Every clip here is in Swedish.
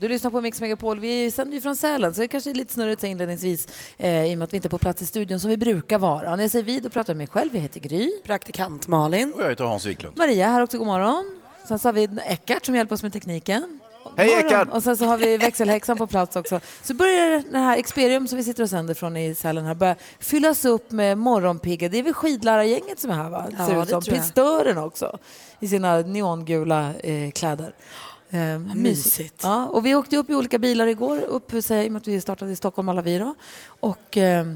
Du lyssnar på Mix Megapol. Vi sänder ju från Sälen, så det kanske är lite snurrigt så inledningsvis eh, i och med att vi inte är på plats i studion som vi brukar vara. När jag säger vi, då pratar jag med mig själv. Jag heter Gry. Praktikant Malin. Och jag heter Hans Wiklund. Maria är här också, god morgon. Sen så har vi Eckart som hjälper oss med tekniken. Hej, God morgon. Eckart! Och sen så har vi växelhäxan på plats också. Så börjar det här Experium som vi sitter och sänder från i Sälen här börjar fyllas upp med morgonpigga. Det är väl skidlärargänget som är här va? Ja, Ser det ut som. tror jag. Pistören också i sina neongula eh, kläder. Eh, mysigt. Ja, och vi åkte upp i olika bilar igår, upp, eh, i och med att vi startade i Stockholm alla vi då. Och eh,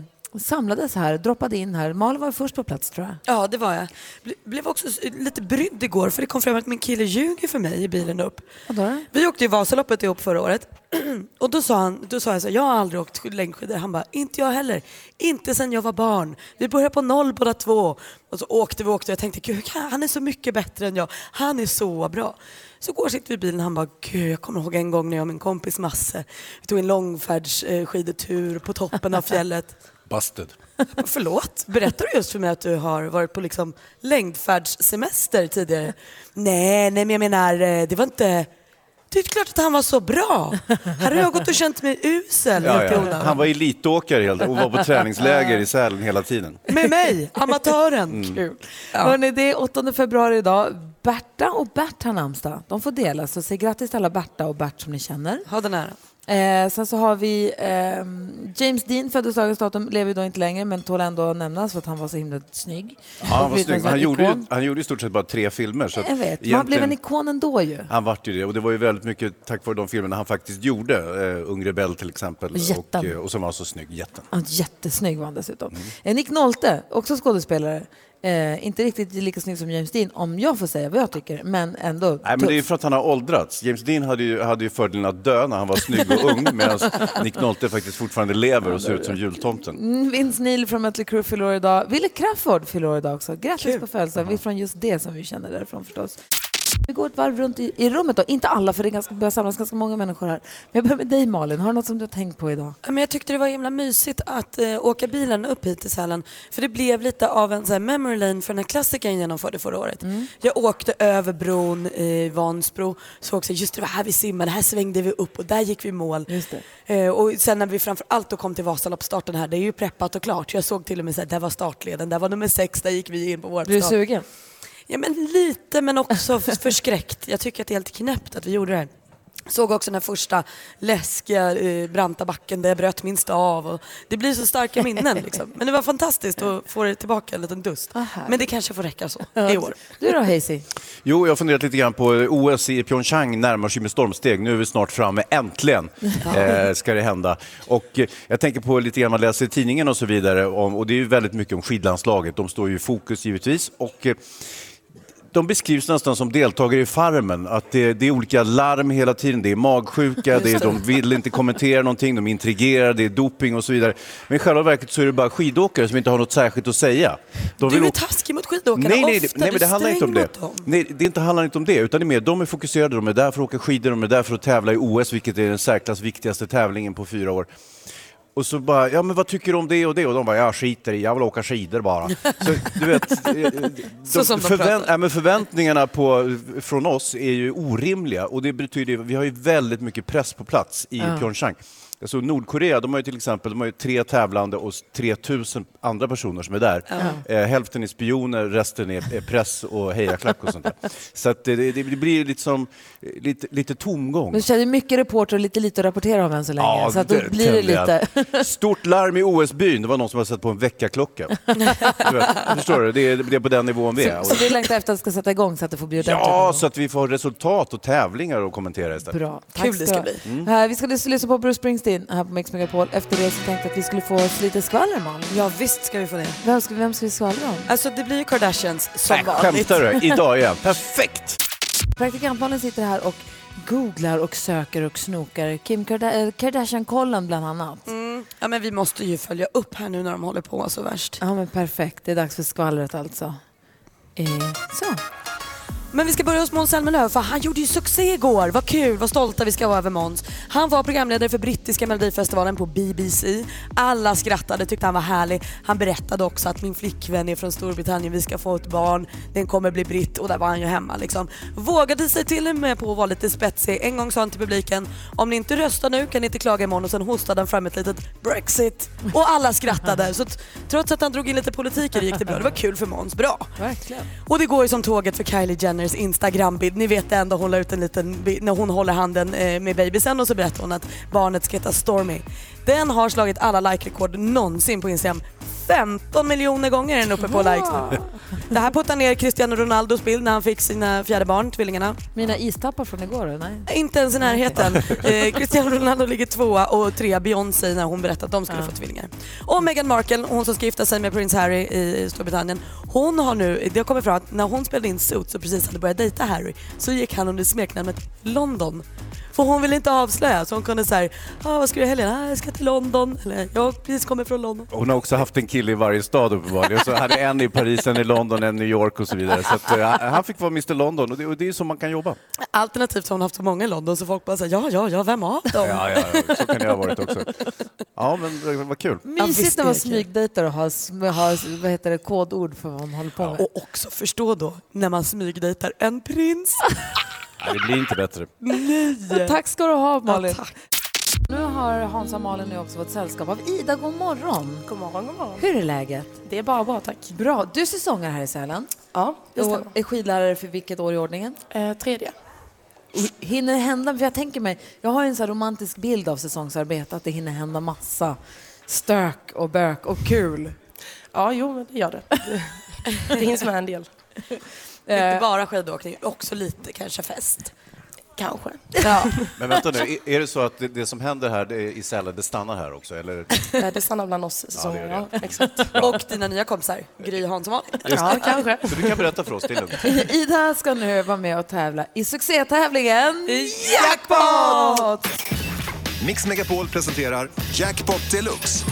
samlades här, droppade in här. Malin var först på plats tror jag. Ja, det var jag. Ble- Blev också s- lite brydd igår för det kom fram att min kille ljuger för mig i bilen upp. Vadå då? Vi åkte ju Vasaloppet ihop förra året och då sa, han, då sa jag så här, jag har aldrig åkt skid- längdskidor. Han bara, inte jag heller. Inte sen jag var barn. Vi började på noll båda två. Och så åkte vi och åkte jag tänkte, gud han är så mycket bättre än jag. Han är så bra. Så går sitter vi i bilen och han bara, gud jag kommer ihåg en gång när jag och min kompis Masse, vi tog en långfärdsskidetur på toppen av fjället. Busted. Förlåt, berättar du just för mig att du har varit på liksom längdfärdssemester tidigare? Nej, nej men jag menar, eh, det var inte... Det är klart att han var så bra. Här har jag gått och känt mig usel Ja, helt i ja. onödan. Han var elitåkare helt och var på träningsläger i Sälen hela tiden. Med mig, amatören. Kul. Hörrni, det är 8 februari idag. Berta och Bert har namnsdag. De får dela, så säg grattis till alla Berta och Bert som ni känner. Ha den här. Eh, sen så har vi ehm, James Dean, föddes dagens datum, lever ju då inte längre men tål ändå att nämnas för att han var så himla snygg. Ja, han, var Och snygg. blev Men han, en gjorde ju, ikon. han gjorde i stort sett bara tre filmer. Så att Jag vet, men han egentligen- blev en ikon ändå ju. Han vart ju det och det var ju väldigt mycket tack vare de filmerna han faktiskt gjorde. Eh, Ung rebell till exempel. Och, Jätten. eh, och som var så snygg, jätten. Han är jättesnygg var han dessutom. Mm. Eh, Nick Nolte, också skådespelare. Eh, inte riktigt lika snygg som James Dean om jag får säga vad jag tycker, men ändå Nej, men tuff. det är ju för att han har åldrats. James Dean hade ju, hade ju fördelen att dö när han var snygg och ung medan Nick Nolte faktiskt fortfarande lever och ser ut som jultomten. Mm, Vince Neil från Mötley Crüe fyller år idag. Wille Crawford fyller år idag också. Grattis på födelsedagen. Vi är från just det som vi känner därifrån förstås. Vi går ett varv runt i, i rummet då. Inte alla, för det är ganska, börjar samlas ganska många människor här. Men jag börjar med dig Malin. Har du något som du har tänkt på idag? Ja, Men jag tyckte det var himla mysigt att eh, åka bilen upp hit till Sälen. För det blev lite av en så här, memory lane för den här klassikern jag genomförde förra året. Jag åkte över bron i Vansbro, såg också just det var här vi simmade, här svängde vi upp och där gick vi i mål. Just Eh, och sen när vi framförallt då kom till Vasaloppsstarten här, det är ju preppat och klart. Jag såg till och med så här, där var startleden, där var nummer sex, där gick vi in på vårt Blir du start. sugen? Ja men lite men också f- förskräckt. Jag tycker att det är helt knäppt att vi gjorde det här. Såg också den här första läskiga eh, branta backen där jag bröt min stav. Och det blir så starka minnen liksom. Men det var fantastiskt att få det tillbaka en liten dust. Men det kanske får räcka så i år. Du då Hazy? Jo, jag har funderat lite grann på eh, OS i Pyeongchang närmar sig med stormsteg. Nu är vi snart framme, äntligen eh, ska det hända. Och eh, jag tänker på lite grann, man läser i tidningen och så vidare, om, och det är ju väldigt mycket om skidlandslaget. De står ju i fokus givetvis. Och, eh, de beskrivs nästan som deltagare i Farmen. Att det, det är olika larm hela tiden, det är magsjuka, det är, de vill inte kommentera någonting, de intrigerar, det är doping och så vidare. Men i själva verket så är det bara skidåkare som inte har något särskilt att säga. De Du vill är åka- taskig mot skidåkarna Nej, nej, ofta. det- nej Du men det är handlar inte om sträng det. mot dem. Nej, det inte handlar inte om det, utan det är mer, de är fokuserade, de är där för att åka skidor, de är där för att tävla i OS, vilket är den särklass viktigaste tävlingen på fyra år. Och så bara, ja men vad tycker du om det och det? Och de bara, jag skiter i, jag vill åka skidor bara. Så, du vet, eh, eh, de, Så som de pratar. nej, men förväntningarna på, från oss är ju orimliga och det betyder, ju- vi har ju väldigt mycket press på plats i Pyeongchang. Alltså Nordkorea, de har ju till exempel de har ju tre tävlande och 3000 andra personer som är där. Eh, hälften är spioner, resten är, är press och hejaklack och sånt där. Så att eh, det, det, det blir ju liksom, eh, lite, lite tomgång. Men du känner mycket reporter och lite lite att rapportera om än så länge. så att då det blir det kände lite... jag. Stort larm i OS-byn. Det var någon som hade satt på en väckarklocka. Du vet, Förstår du? Det är, det är på den nivån vi är. så du längtar efter att det ska sätta igång så att det får bjuda Ja, ordentligt. så att vi får resultat och tävlingar att kommentera istället. Bra. Kul det du ha. ska Eh, Vi ska lyssna på Bruce Springsteen här på Mix Megapol. Efter det så tänkte jag att vi skulle få oss lite skvaller Malin. Ja visst ska vi få det. Vem ska, vem ska vi skvallra om? Alltså det blir ju Kardashians som vanligt. Äh, Skämtar du? Idag igen. Perfekt! Praktikantmannen sitter här och Mm. googlar och söker och snokar. Kim Karda- eh, Kardashian-kollen bland annat. Ja men vi måste ju följa upp här nu när de håller på så värst. Ja, men perfekt. Det är dags för skvallret alltså. Eh, så. Men vi ska börja hos Måns Zelmerlöw för han gjorde ju succé igår. Vad kul, vad stolta vi ska vara över Måns. Han var programledare för brittiska melodifestivalen på BBC. Alla skrattade, tyckte han var härlig. Han berättade också att min flickvän är från Storbritannien, vi ska få ett barn, den kommer bli britt och där var han ju hemma liksom. Vågade sig till och med på att vara lite spetsig. En gång sa han till publiken, om ni inte röstar nu kan ni inte klaga imorgon och sen hostade han fram ett litet Brexit och alla skrattade. Så t- trots att han drog in lite politik i det gick det bra. Det var kul för Måns, bra. Verkligen. Och det går ju som tåget för Kylie Jenners Instagram-bild. Ni vet den då hon la ut en liten bild när hon håller handen eh, med bebisen och så berättar hon att barnet ska heta Stormy. Den har slagit alla like-rekord någonsin på Instagram. 15 miljoner gånger är den uppe på likes nu. Det här puttar ner Cristiano Ronaldos bild när han fick sina fjärde barn, tvillingarna. Mina istappar från igår? Nej. Inte ens i närheten. Eh, Cristiano Ronaldo ligger tvåa och trea Beyoncé när hon berättade att de skulle få tvillingar. Och Meghan Markle, hon som ska gifta sig med prins Harry i Storbritannien. Hon har nu, det har kommit fram att när hon spelade in Suits och precis hade börjat dejta Harry så gick han under smeknamnet London. För hon ville inte avslöja så hon kunde säga ah, vad ska du i helgen? Ah, jag ska till London. Eller jag precis kommer från London. Hon har också haft en kille i varje stad uppenbarligen. Så hade en i Paris, en i London, en i New York och så vidare. Så att, eh, han fick vara Mr London och det, och det är så man kan jobba. Alternativt har hon haft så många i London så folk bara säger ja, ja, ja, vem av dem? Ja, ja, ja, så kan det ha varit också. Ja, men det var kul. Mysigt visst när är man det kul. smygdejtar och har, sm- har vad heter det, kodord för vad man håller på med. Och också förstå då när man smygdejtar en prins. Nej, det blir inte bättre. Tack ska du ha Malin. tack. nu har Hans och Malin nu också fått sällskap av Ida. God morgon. God morgon, god morgon. Hur är läget? Det är bara bra, tack. Bra. Du är säsongare här i Sälen Ja, det och stämmer. är skidlärare för vilket år i ordningen? Eh, tredje. Och Hinner det hända? För jag tänker mig, jag har en så här romantisk bild av säsongsarbete att det hinner hända massa stök och bök och kul. Ja, jo, men det gör det. Det hinns med en del. Eh. Inte bara skidåkning, också lite kanske fest. Kanske. Men vänta nu, är- är det så att det, det som händer här det, är i Sälen, det stannar här också? Eller? Eh, Det stannar bland oss Ja, det säsonger. gör Ja, det. exakt. Och dina nya kompisar, Gry, Hans och Malin. Ja, kanske. Så du kan berätta för oss, Dylan. Ida ska nu vara med och tävla i succétävlingen Jackpot! Mix Megapol presenterar Jackpot Deluxe.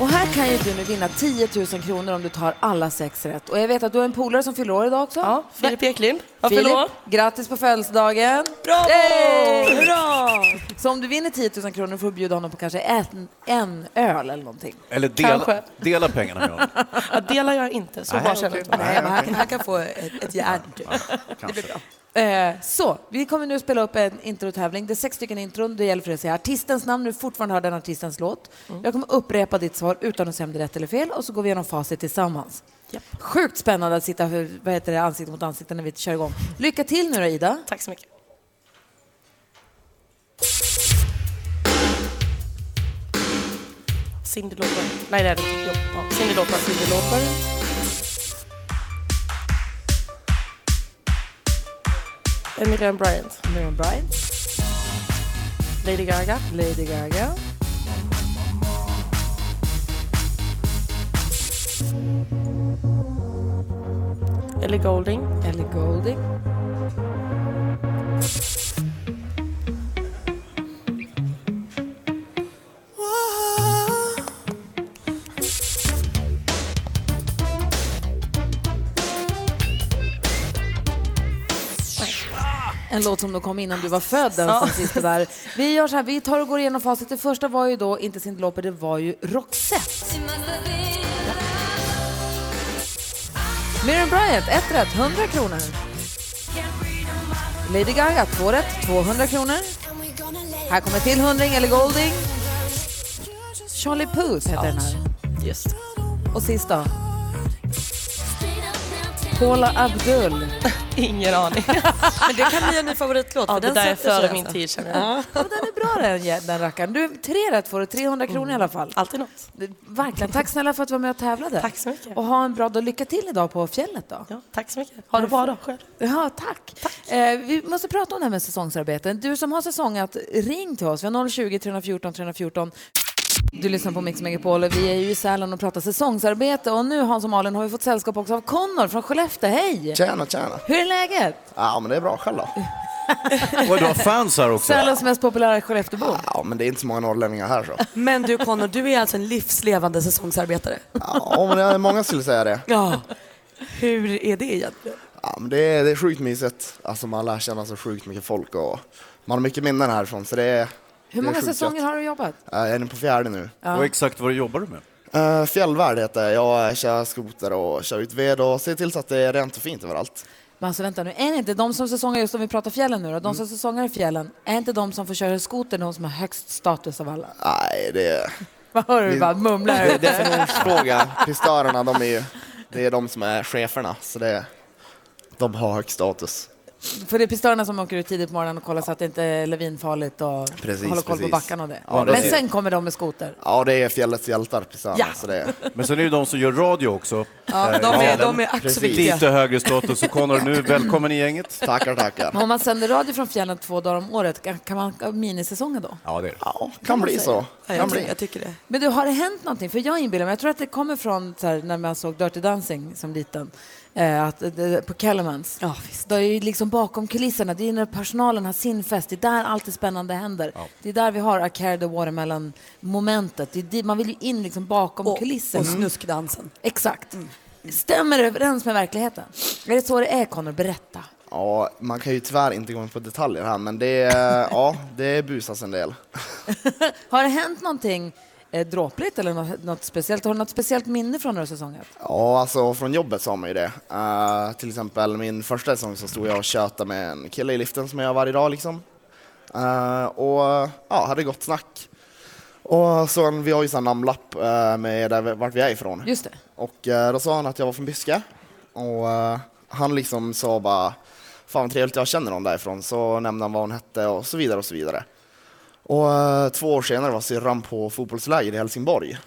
Och här kan ju du nu vinna 10 000 kronor om du tar alla sex rätt. Och jag vet att du har en polare som fyller år idag också. Ja, Filip Eklind. Ja, Filip, förlåt. grattis på födelsedagen! Bravo! Yay! Så om du vinner 10 000 kronor får du bjuda honom på kanske en, en öl eller någonting. Eller dela, Kanske. dela pengarna med honom. Ja, delar jag inte, så bra känner jag. Nej, men han, kan- han kan få ett, ett järn. typ. Kanske. Eh, så, vi kommer nu spela upp en introtävling. Det är sex stycken intron. Det gäller för dig att säga artistens namn, du fortfarande hör den artistens låt. Mm. Jag kommer upprepa ditt svar utan att säga om det är rätt eller fel och så går vi igenom facit tillsammans. Japp. Sjukt spännande att sitta för, vad heter det, ansikte mot ansikte när vi kör igång. Lycka till nu då, Ida. Tack så mycket. Cyndi Lauper. Nej, det är det inte. Jo, ja. Cyndi Lauper. Cyndi Lauper. Miriam Bryant. Miriam Bryant, Lady Gaga. Lady Gaga, Ellie Goulding. Ellie Goulding, En låt som då kom innan du var född, den som sista där. Vi gör så här, vi tar och går igenom facit. Det första var ju då inte Cyndi Lauper, det var ju Roxette. Miriam Bryant, ett rätt, 100 kronor. Lady Gaga, två rätt, 200 kronor. Här kommer till hundring eller Golding. Charlie Puth heter den här. Just Och sist då? Paula Abdul. Ingen aning. Men det kan bli en ny favoritlåt. Ja, för det den där är sätter sig före alltså. min tid känner jag. Ja, den är bra den, jä- den rackaren. Du, tre rätt får du, 300 kronor i alla fall. Alltid något. Det- Verkligen. Tack snälla för att du var med och tävlade. Mm. Tack så mycket. Och ha en bra dag. Lycka till idag på fjället då. Ja, tack så mycket. Ha det bra då själv. Ja, tack. Eh, vi måste prata om det här med säsongsarbeten. Du som har säsongat, ring till oss. Vi har 020 314 314. Du lyssnar på Mix Megapol och vi är ju i Sälen och pratar säsongsarbete. Och nu Hans och Malin har vi fått sällskap också av Connor från Skellefteå. Hej! Tjena, tjena. Hur är läget? Ja, men det är bra själv då. Och du har fans här också. Sälens mest populära Skelleftebo. Ja, men det är inte så många norrlänningar här så. Men du Connor, du är alltså en livslevande säsongsarbetare. Ja, men det är många skulle säga det. Ja. Hur är det egentligen? Ja, men det, är, det är sjukt mysigt. Alltså man lär känna så sjukt mycket folk och man har mycket minnen härifrån så det är Hur många sjukt säsonger gött. har du jobbat? Eh, Jag är inne på fjärde nu. Och exakt vad jobbar du med? Uh, fjällvärd heter jag. Jag kör skoter och kör ut ved och ser till så att det är rent och fint överallt. Men alltså vänta nu, är det inte de som säsongar, just om vi pratar fjällen nu då, Mm. de som säsongar i fjällen, är inte de som får köra skoter de som har högst status av alla? Nej, det är, Vad hör du bara mumlar? det är här ute? definitionsfråga. Pistörerna, de är ju, det är de som är cheferna så det är, de har hög status. För det är pistörerna som åker ut tidigt på morgonen och kollar så att det inte är levinfarligt och Precis, håller koll på precis. backarna och det. Ja, det Men är- sen kommer de med skoter. Ja, det är fjällets hjältar, pistörerna. Ja. Så det är, Men sen är det ju de som gör radio också. Eh, Ja, de är, Alltså, de är ack så Precis. viktiga. Lite högre status. Så Connor, nu välkommen i gänget. tackar, tackar. Men om man sänder radio från fjällen två dagar om året, kan- kan man ha minisäsonger då? Ja, det är det. Ja, kan bli så. Ja, Kan jag, ty- bli. jag tycker det. Men du, har det hänt någonting? För jag inbillar mig, jag tror att det kommer från så här, när man såg Dirty Dancing som liten, eh, att, eh, på Kellermans. Ja, visst. Det är ju liksom bakom kulisserna, det är när personalen har sin fest, det är där allt det spännande händer. Det är där vi har I carry the watermelon momentet, det är dit, man vill ju in liksom bakom Och, kulisserna. och snuskdansen. Exakt. Stämmer det överens med verkligheten? Är det så det är, Connor? Berätta. Ja, man kan ju tyvärr inte gå in på detaljer här, men det, eh, ja, det busas en del. Har det hänt någonting eh, dråpligt eller något, något speciellt? Har du något speciellt minne från den här säsongen? Ja, alltså från jobbet sa man ju det. Eh, till exempel min första säsong så stod jag och tjötade med en kille i liften som jag gör varje dag liksom. Eh, och ja, hade gott snack. Och så en, vi har ju sån namnlapp eh, med där, vi- vart vi är ifrån. Just det. Och eh, då sa han att jag var från Byske. Och eh, han liksom sa bara, fan vad trevligt jag känner någon därifrån. Så nämnde han vad hon hette och så vidare och så vidare. Och eh, två år senare var syrran på fotbollsläger i Helsingborg.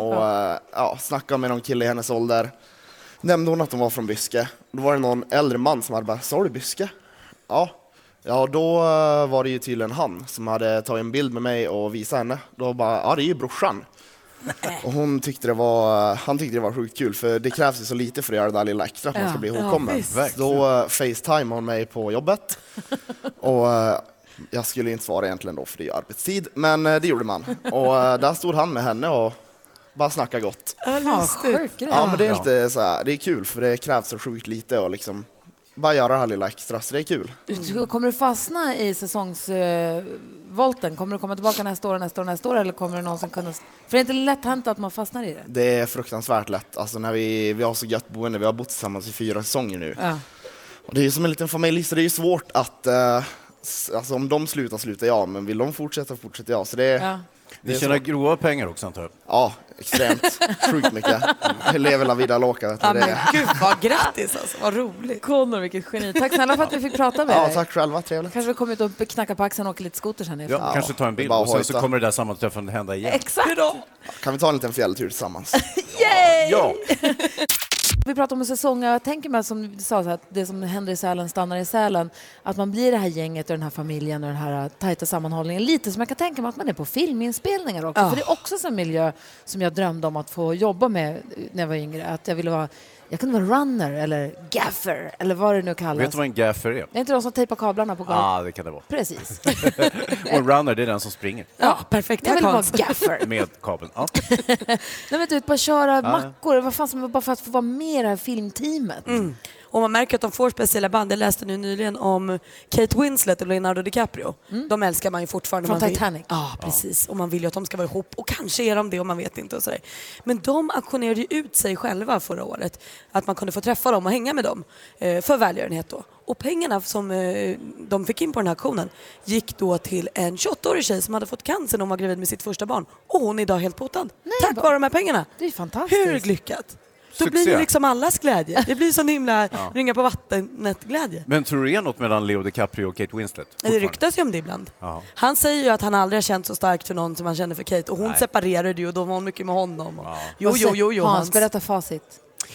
Och eh, ja, snackade med någon kille i hennes ålder. Nämnde hon att hon var från Byske. Då var det någon äldre man som hade bara, sa du Byske? Ja. Ja, då eh, var det ju tydligen han som hade tagit en bild med mig och visat henne. Då bara, ja det är ju brorsan. Och hon tyckte det var, han tyckte det var sjukt kul för det krävs ju så lite för att göra det där lilla extra för att man ska bli ihågkommen. då eh, facetimade hon mig på jobbet och eh, jag skulle inte svara egentligen då för det är ju arbetstid, men eh, det gjorde man. Och eh, där stod han med henne och bara snackade gott. Ja, sjuk grej. Ja men det är lite så här, det är kul för det krävs så sjukt lite och liksom bara göra det här lilla extra så det är kul. Du- Kommer du fastna i säsongsvolten? Kommer du komma tillbaka nästa år, nästa år, nästa år? Eller kommer du någonsin kunna... För det är inte lätt hänt att man fastnar i det. Det är fruktansvärt lätt, alltså när vi, vi har så gött boende, vi har bott tillsammans i fyra säsonger nu. Ja. Och det är ju som en liten familj, så det är ju svårt att... Eh, s- alltså om de slutar, slutar jag, men vill de fortsätta, fortsätter jag. Så det är... Ja, Ja. Det Ni är tjänar så. grova pengar också, antar jag. extremt. Sjukt mycket. Jag lever la vida loca. Vet du, det är. Gud vad grattis alltså, vad roligt. Connor, vilket geni. Tack snälla för att vi fick prata med Ja, dig. tack själva, trevligt. Kanske vi kommer ut och knackar på axeln och åker lite skoter sen. efter. Ja, kanske ta en det är bild bara och sen att så hojta. kommer det där sammanträffandet hända igen. Exakt. Kan vi ta en liten fjälltur tillsammans? Ja. Vi pratar om säsonger. Jag tänker mig som du sa, så här, att det som händer i Sälen stannar i Sälen. Att man blir det här gänget och den här familjen och den här eh, tajta sammanhållningen. Lite som jag kan tänka mig att man är på filminspelningar också. För det är också en sån miljö som jag drömde om att få jobba med eh, när jag var yngre. Att jag ville vara, jag kunde vara runner eller gaffer eller vad det nu kallas. Vet du vad en gaffer är? Är inte de som tejpar kablarna på golvet? Ja, ah, det kan det vara. Precis. Och en runner, det är den som springer Ja, perfekt. Jag Tack vill vara Hans. gaffer. med kabeln. Ja. Nej men du, bara köra mackor. Vad fan som bara för att få vara med i det här filmteamet. Mm. Och man märker att de får speciella band. Jag läste nu nyligen om Kate Winslet och Leonardo DiCaprio. De älskar man ju fortfarande. Mm. Från man vill- Titanic. Ja, precis. Och man vill ju att de ska vara ihop. Och kanske är de det och man vet inte och sådär. Men de auktionerade ju ut sig själva förra året. Att man kunde få träffa dem och hänga med dem. eh, För välgörenhet då. Och pengarna som eh, de fick in på den här auktionen gick då till en 28-årig tjej som hade fått cancer när hon var gravid med sitt första barn. Och hon är idag helt botad. Tack vad- vare de här pengarna. Det är ju fantastiskt. Hur lyckat? Då Succé. blir det liksom allas glädje. Det blir sån himla ringa på vattnet-glädje. Men tror du det är något mellan Leo DiCaprio och Kate Winslet? Det fortfarande? ryktas ju om det ibland. Ja. Han säger ju att han aldrig har känt så starkt för någon som han känner för Kate och hon separerade ju och då var hon mycket med honom. Och... Jo, jo, jo, jo, Hans, Hans. berätta facit.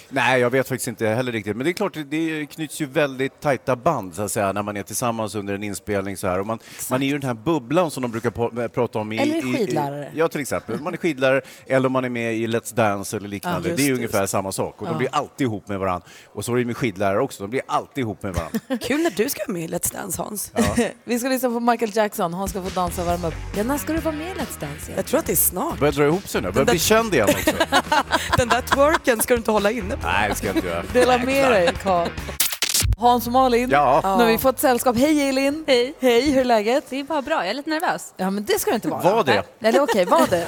Nej, jag vet faktiskt inte heller riktigt. Men det är klart, det- det knyts ju väldigt tajta band så att säga, när man är tillsammans under en inspelning. Så här. Och man, man är ju i den här bubblan som de brukar po- prata om. I, Eller är i- skidlärare. I, ja, till exempel. Man är skidlärare eller om man är med i Let's Dance eller liknande. Ja, det är ju just det, ungefär samma sak. Och de blir alltid ihop med varandra. Och så är det ju med skidlärare också. De blir alltid ihop med varandra. Kul när du ska vara med i Let's Dance Hans. Vi ska lyssna på Michael Jackson. Han ska få dansa och värma upp. Ja, när ska du vara med i Let's Dance igen? Jag tror att det är snart. Börjar dra ihop sig nu. Börjar bli känd igen också. Den där twerken ska du inte hålla inne på. Nej, det ska jag inte göra. Dela med dig, Carl. Hans och Malin, Ja. nu har vi fått sällskap. Hej Elin! Hej. Hej, hur är läget? Det är bara bra, jag är lite nervös. Ja, men det ska det inte vara. Var det? Eller okej, var det?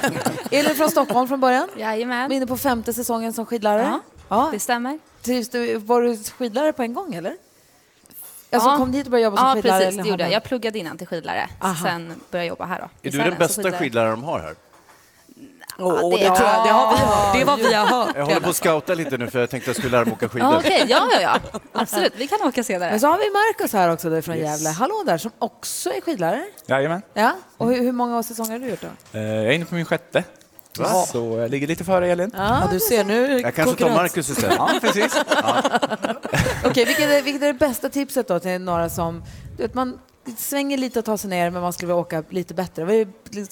Elin från Stockholm från början. Vi är Jajamän, inne på femte säsongen som skidlärare. Ja. Ja. det stämmer. Trivs du, var du skidlärare på en gång eller? Alltså Ja. kom du hit och började jobba som Ja, skidlärare? precis, eller det gjorde har jag. Jag pluggade innan till skidlärare, sen började jag jobba här då. Är du den bästa skidläraren de har här? Ja, det, Det, tror jag, det har vi hört. Det var vi har Jag hört. håller på att scouta lite nu för jag tänkte jag skulle lära mig åka skidor. Ja, okej, ja, ja, ja. Absolut, vi kan åka Men senare. så har vi Markus här också där från Gävle. Hallå där, som också är skidlärare. Jajamän. Ja. Och hur, hur många säsonger har du gjort då? Eh, Jag är inne på min sjätte. Så jag ligger lite före Elin. Ja, Du ser, nu är det Jag kanske tar konkurrens. Marcus istället. Ja, precis. Okej, vilket är, vilket är det bästa tipset då till några som... Du vet, man svänger lite och tar sig ner, men man skulle vilja åka lite bättre. Vad är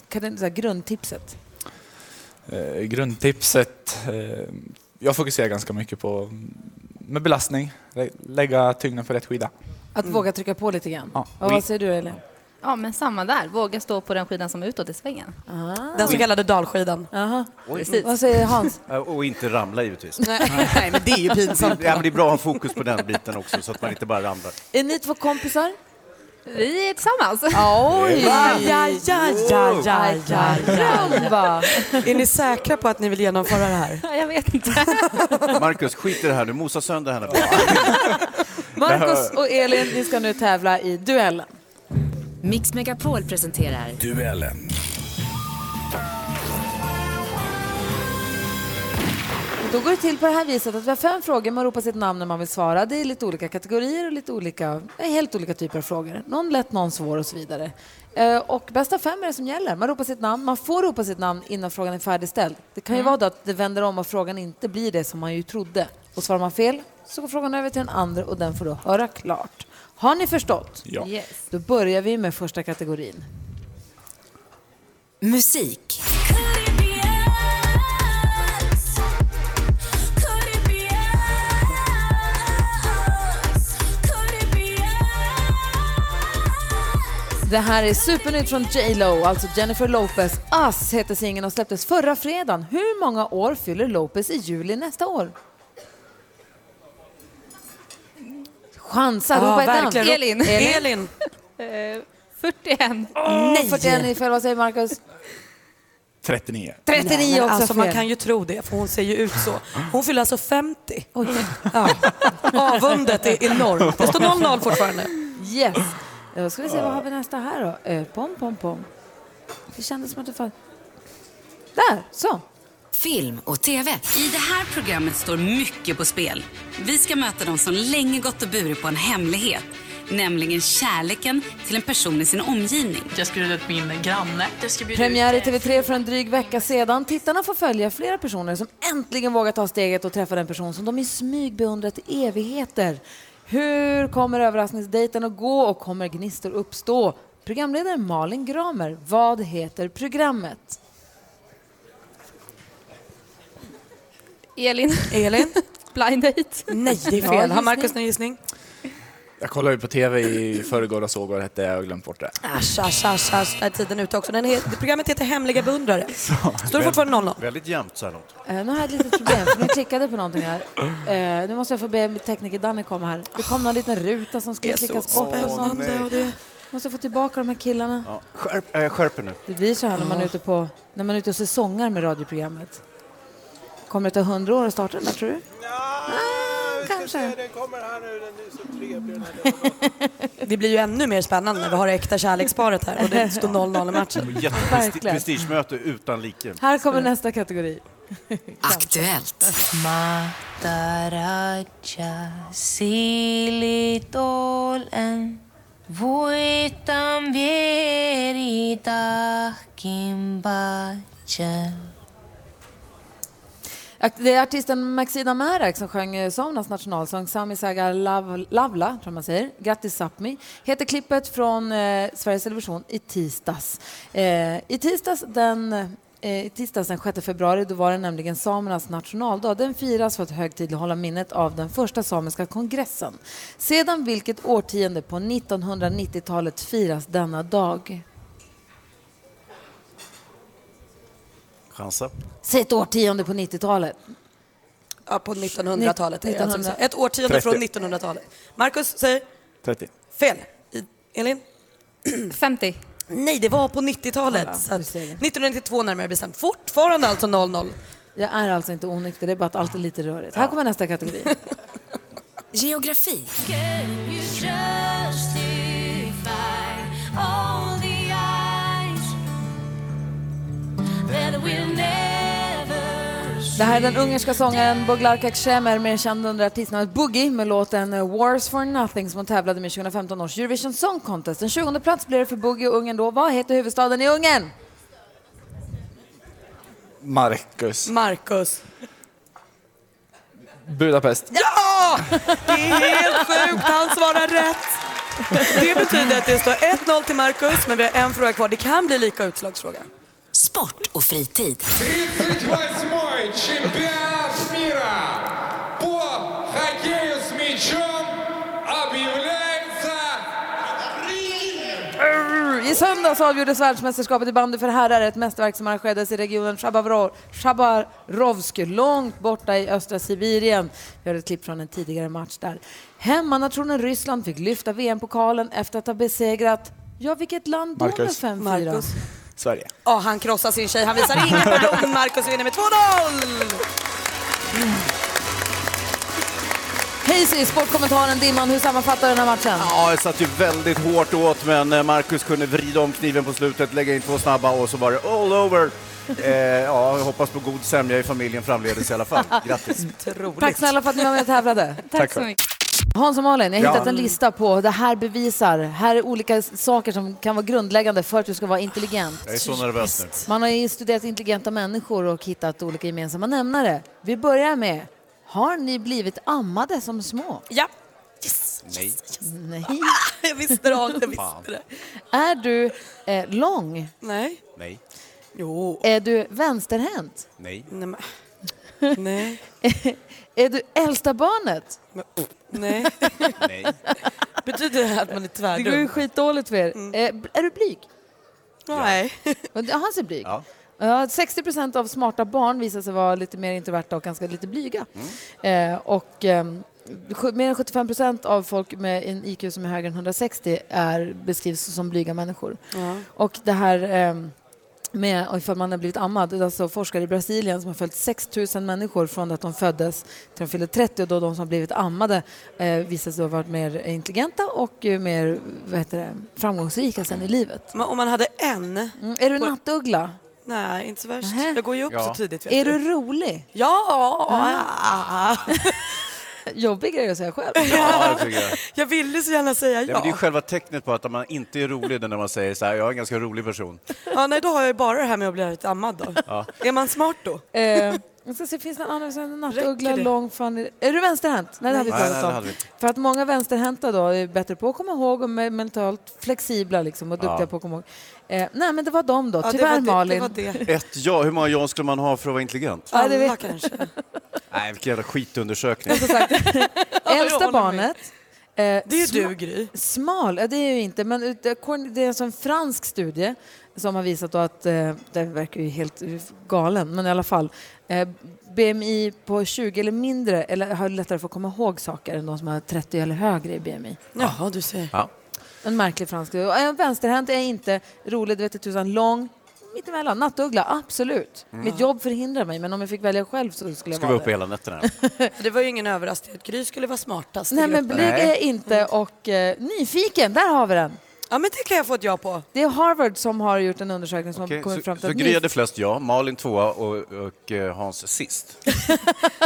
kan det, så här, grundtipset? Eh, Grundtipset. eh, Jag fokuserar ganska mycket på mm, med belastning. Lä- Lägga tyngden på rätt skida. Att våga trycka på lite grann. Ja. Och vad säger du, Elin? Ja, men samma där. Våga stå på den skidan som är utåt i svängen. Den så kallade dalskidan. Precis. Vad säger Hans? Eh, Och inte ramla givetvis. Nej, men det är ju pinsamt. Ja, men det är bra att ha fokus på den biten också så att man inte bara ramlar. Är ni två kompisar? Vi är tillsammans. Oj! Ja, ja, ja, ja, ja, ja, ja. Bra. Är ni säkra på att ni vill genomföra det här? Ja, Jag vet inte. Marcus, skit i det här nu. Mosa sönder henne. bara. Marcus och Elin, ni ska nu tävla i duellen. Mix Megapol presenterar Duellen. Och Då går det till på det här viset att vi har fem frågor, man ropar sitt namn när man vill svara. Det är lite olika kategorier och lite olika, nej, helt olika typer av frågor. Någon lätt, någon svår och så vidare. Eh, Och bästa fem är det som gäller. Man ropar sitt namn, man får ropa sitt namn innan frågan är färdigställd. Det kan ju vara då att det vänder om och frågan inte blir det som man ju trodde. Och svarar man fel så går frågan över till den andra och den får då höra klart. Har ni förstått? Ja. Yes. Då börjar vi med första kategorin. musik. Det här är supernytt från J Lo, alltså Jennifer Lopez. Ass heter singeln och släpptes förra fredagen. Hur många år fyller Lopez i juli nästa år? Chansa, Ja, ropa ett namn. verkligen. Elin. Elin. Elin, Eh, 41. Nej. 41 är fel, vad säger Marcus? 39. 39 Nej, men också alltså, fel. Man kan ju tro det, för hon ser ju ut så. Hon fyller alltså 50. Ja. Avundet är enormt. Det står 0-0 fortfarande. Yes. Då ska vi se, vad har vi nästa här då? Eh, Pom, pom, pom. Det kändes som att det fanns... Där, så. Film och TV. I det här programmet står mycket på spel. Vi ska möta de som länge gått och burit på en hemlighet. Nämligen kärleken till en person i sin omgivning. Jag ska bjuda ut min granne. Jag ska bjuda Premiär i TV3 för en dryg vecka sedan. Tittarna får följa flera personer som äntligen vågar ta steget och träffa den person som de i smyg beundrat i evigheter. Hur kommer överraskningsdejten att gå och kommer gnistor uppstå? Programledare Malin Gramer, vad heter programmet? Elin. Elin? Blind date. Nej, det är fel. Har Markus någon gissning? Jag kollade ju på TV i förrgår och såg vad det hette. Jag har glömt bort det. Asch, asch, asch, asch. Är tiden ute också? Den heter, programmet heter Hemliga beundrare. Står det fortfarande 0-0? Väldigt jämnt så här långt. Eh, nu har jag ett litet problem, för ni klickade på någonting här. Eh, nu måste jag få be min tekniker Danny komma här. Det kom någon liten ruta som skulle klickas bort och sånt. Måste få tillbaka de här killarna. Ja. Skärp, äh, skärp er nu. Det blir så här när man är ute, på, när man är ute och säsongar med radioprogrammet. Kommer det ta hundra år att starta den där, tror du? Ah, kanske. Det blir ju ännu mer spännande när vi har det äkta kärleksparet här och det står 0-0 i matchen. Verkligen. Jätteprestigemöte utan like. Här kommer nästa kategori. Aktuellt. Mataraja silitolen voi también tahkin bachen. Akt- Det är artisten Maxida Märak som sjöng eh, Somnas nationalsång, Sami Sagar Lav- Lavla, tror man säger. Grattis Sápmi, heter klippet från eh, Sveriges Television i tisdags. Eh, I tisdags den eh, i tisdags den 6 februari då var det nämligen samernas nationaldag. Den firas för att högtidlighålla minnet av den första samiska kongressen. Sedan vilket årtionde på 1990-talet firas denna dag? Chansa. Säg ett årtionde på 90-talet. Ja, på 1900-talet. är jag alltså. 1900. Ett årtionde från 30. 1900-talet. Marcus säger 30. fel. I- Elin? 50. Nej, det var på 90-talet. Ja, så att, du ser det. 1992 närmare bestämt. Fortfarande alltså 00. Jag är alltså inte onykter, det är bara att allt är lite rörigt. Här kommer nästa kategori. Geografi. Det här är den ungerska sångaren Boglarka Kremer, mer känd under artistnamnet Boogie, med låten eh, Wars for Nothing som hon tävlade med i 2015 års Eurovision Song Contest. Den 20 plats blev det för Boogie och Ungern då. Vad heter huvudstaden i Ungern? Marcus. Marcus. Budapest. Ja! Det är helt sjukt, han svarar rätt. Det betyder att det står 1-0 till Marcus, men vi har en fråga kvar. Det kan bli lika utslagsfråga. Sport och fritid. 38-й чемпионат мира по хоккею с мячом объявляется... I söndags avgjordes världsmästerskapet i bandy för herrar, ett mästerverk som arrangerades i regionen Chabarro- Chabarovsk, långt borta i östra Sibirien. Vi har ett klipp från en tidigare match där. Hemmanationen Ryssland fick lyfta VM-pokalen efter att ha besegrat, ja vilket land då med Marcus. 5-4? Marcus. Sverige. Ja, han krossar sin tjej. Han visar inga pardon. Marcus vinner med 2-0! Hej Sy, sportkommentaren Dimman, hur sammanfattar du den här matchen? Ja, det satt ju väldigt hårt åt, men eh, Marcus kunde vrida om kniven på slutet, lägga in två snabba och så var det all over. Eh, ja, jag hoppas på god sämja i familjen framledes i alla fall. Grattis! Tack snälla för att ni var med och tävlade. Tack så mycket. Hans och Malin, jag har Ja. hittat en lista på det här bevisar, här är olika saker som kan vara grundläggande för att du ska vara intelligent. Jag är så nervös nu. Man har ju studerat intelligenta människor och hittat olika gemensamma nämnare. Vi börjar med, har ni blivit ammade som små? Ja. Nej. Nej. Jag visste det, Hans. Jag visste det. Är du eh, lång? Nej. Nej. Jo. Är du vänsterhänt? Nej. Nej. men- Nej. är du äldsta barnet? Nej. Nej. Betyder det att man är Det tvärdum? går ju skitdåligt för er. Eh, är du blyg? Nej. Ja, han ser blyg. Ja. 60 procent av smarta barn visar sig vara lite mer introverta och ganska lite blyga. Eh, och ehm, sju- mer än 75 procent av folk med en IQ som är högre än 160 är, beskrivs som blyga människor. Ja. Och det här ehm, med och ifall man har blivit ammad, det är alltså forskare i Brasilien som har följt 6 000 människor från att de föddes till de fyllde 30 och då de som har blivit ammade eh, visar sig ha varit mer intelligenta och eh, mer vad heter det, framgångsrika sen i livet. Mm, Men om man hade en... är du nattuggla? Nej, inte så värst. Jag går ju upp så tidigt. Vet Är du rolig? Ja! Jobbig grej att säga själv. Ja, det tycker jag. Jag ville så gärna säga Nej, men det är ju ja. själva tecknet på att man inte är rolig när man säger så här, jag är en ganska rolig person. ja nej, då har jag ju bara det här med att bli lite ammad då. Ja. Är man smart då? Eh, jag ska se, finns det någon annan? som- Nattuggla, Räcker det? lång, fan. Är du vänsterhänt? Nej, det hade vi Nej, nej, det pratat hade om. vi inte. För att många vänsterhänta då är bättre på att komma ihåg och me- mentalt flexibla liksom och duktiga Ja. på att komma ihåg. Eh, nej, men det var de då. Ja, det Tyvärr, var det- det Malin. var det. Ett ja, hur många ja skulle man ha för att vara intelligent? Ja, det Alla vet kanske. Nej, vilken jävla skitundersökning. Äldsta barnet. Eh, det är du, Gry. Smal, ja, det är ju inte, men ut- det korn- det är alltså en fransk studie som har visat då att, eh, det verkar ju helt eh, galen, men i alla fall, eh, BMI på 20 eller mindre eller har lättare för att komma ihåg saker än de som har 30 eller högre i BMI. Jaha, du ser. Ja. En märklig fransk studie. Och, eh, Vänsterhänt är inte rolig, det vet jag tusan, lång, mittemellan, nattuggla, absolut. Mm. Mitt jobb förhindrar mig, men om jag fick välja själv så skulle jag Ska vara vi det. upp hela nätterna? Det var ju ingen överraskning att Gry skulle vara smartast i Nej, men gruppen. blyg är jag inte och eh, nyfiken, där har vi den. Ja, men det kan jag få ett ja på. Det är Harvard som har gjort en undersökning som Okej, har kommit så fram till så att Gry nyf- hade flest ja, Malin tvåa och, och eh, Hans sist. Ett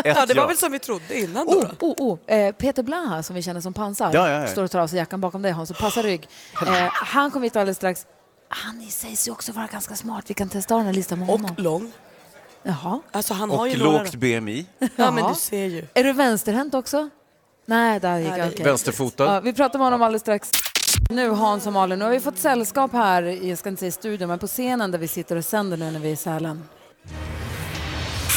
Ja, det ja. var väl som vi trodde innan då. Oh, oh, oh. Eh, Peter Blaha, som vi känner som pansar, Ja, ja, ja. står och tar av sig jackan bakom dig Hans och passar rygg. Eh, han Oh. kommer hit alldeles strax. Han sägs ju också vara ganska smart. Vi kan testa den här listan med honom. Och lång. Jaha. Alltså han har Och ju några... lågt BMI. Ja, men du ser ju. Är du vänsterhänt också? Nej, där gick Nej, jag. det- okej. Vänsterfotad. Ja, vi pratar med honom alldeles strax. Nu Hans och Malin, nu har vi fått sällskap här, i- jag ska inte säga i studion, men på scenen där vi sitter och sänder nu när vi är i Sälen.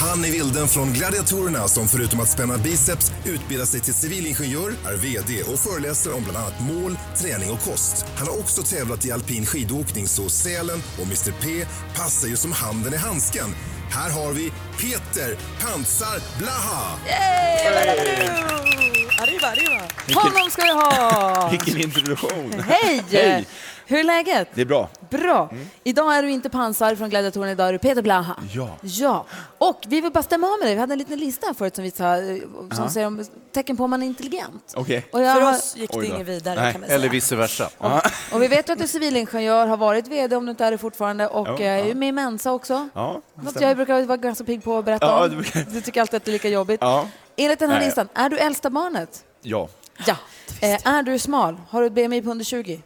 Han är vilden från Gladiatorerna som förutom att spänna biceps utbildar sig till civilingenjör, är VD och föreläser om bland annat mål, träning och kost. Han har också tävlat i alpin skidåkning så Sälen och Mr P passar ju som handen i handsken. Här har vi Peter Pansar Blaha! Arriba, arriba. Honom ska vi ha! Vilken introduktion! Hej! Hej! Hur är läget? Det är bra. Mm. Bra. Idag är du inte Pansar från Gladiatorerna, idag är du Peter Blaha. Ja. Ja, och vi vill bara stämma av med dig. Vi hade en liten lista här förut som vi sa, eh, som Ja. säger om tecken på om man är intelligent. Okej. Och jag För har- oss gick det Oj då. inget vidare Nej, kan man säga. eller vice versa. Och vi vet ju att du är civilingenjör, har varit VD om du inte är det fortfarande och Ja, eh, är ju ja. med i Mensa också. Ja, det Något stämmer. jag brukar vara ganska pigg på att berätta Ja, om. det Du, brukar- tycker alltid att det är lika jobbigt. Ja. Enligt den här Nej. listan, är du äldsta barnet? Ja. Ja. Eh, är du smal? Har du ett BMI på under 20?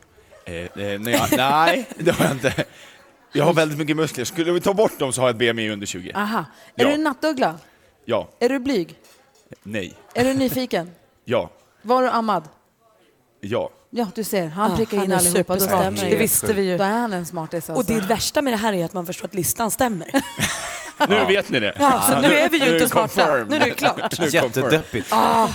Eh, eh, nej, nej, det har jag inte. Jag har väldigt mycket muskler. Skulle vi ta bort dem så har jag ett BMI under 20. Aha. Är Ja. du en nattuggla? Ja. Är du blyg? Nej. Är du nyfiken? Ja. Var du ammad? Ja. Ja, du ser. Han Ja, prickar han in är allihopa. Då supersmart. stämmer Det visste vi ju. Då är han en smartis alltså. Och det värsta med det här är att man förstår att listan stämmer. Nu vet ni det. Ja, så nu är vi ju inte det smarta. confirmed. Nu är det klart. Alltså, Nu är det confirmed. Jättedeppigt. Ah,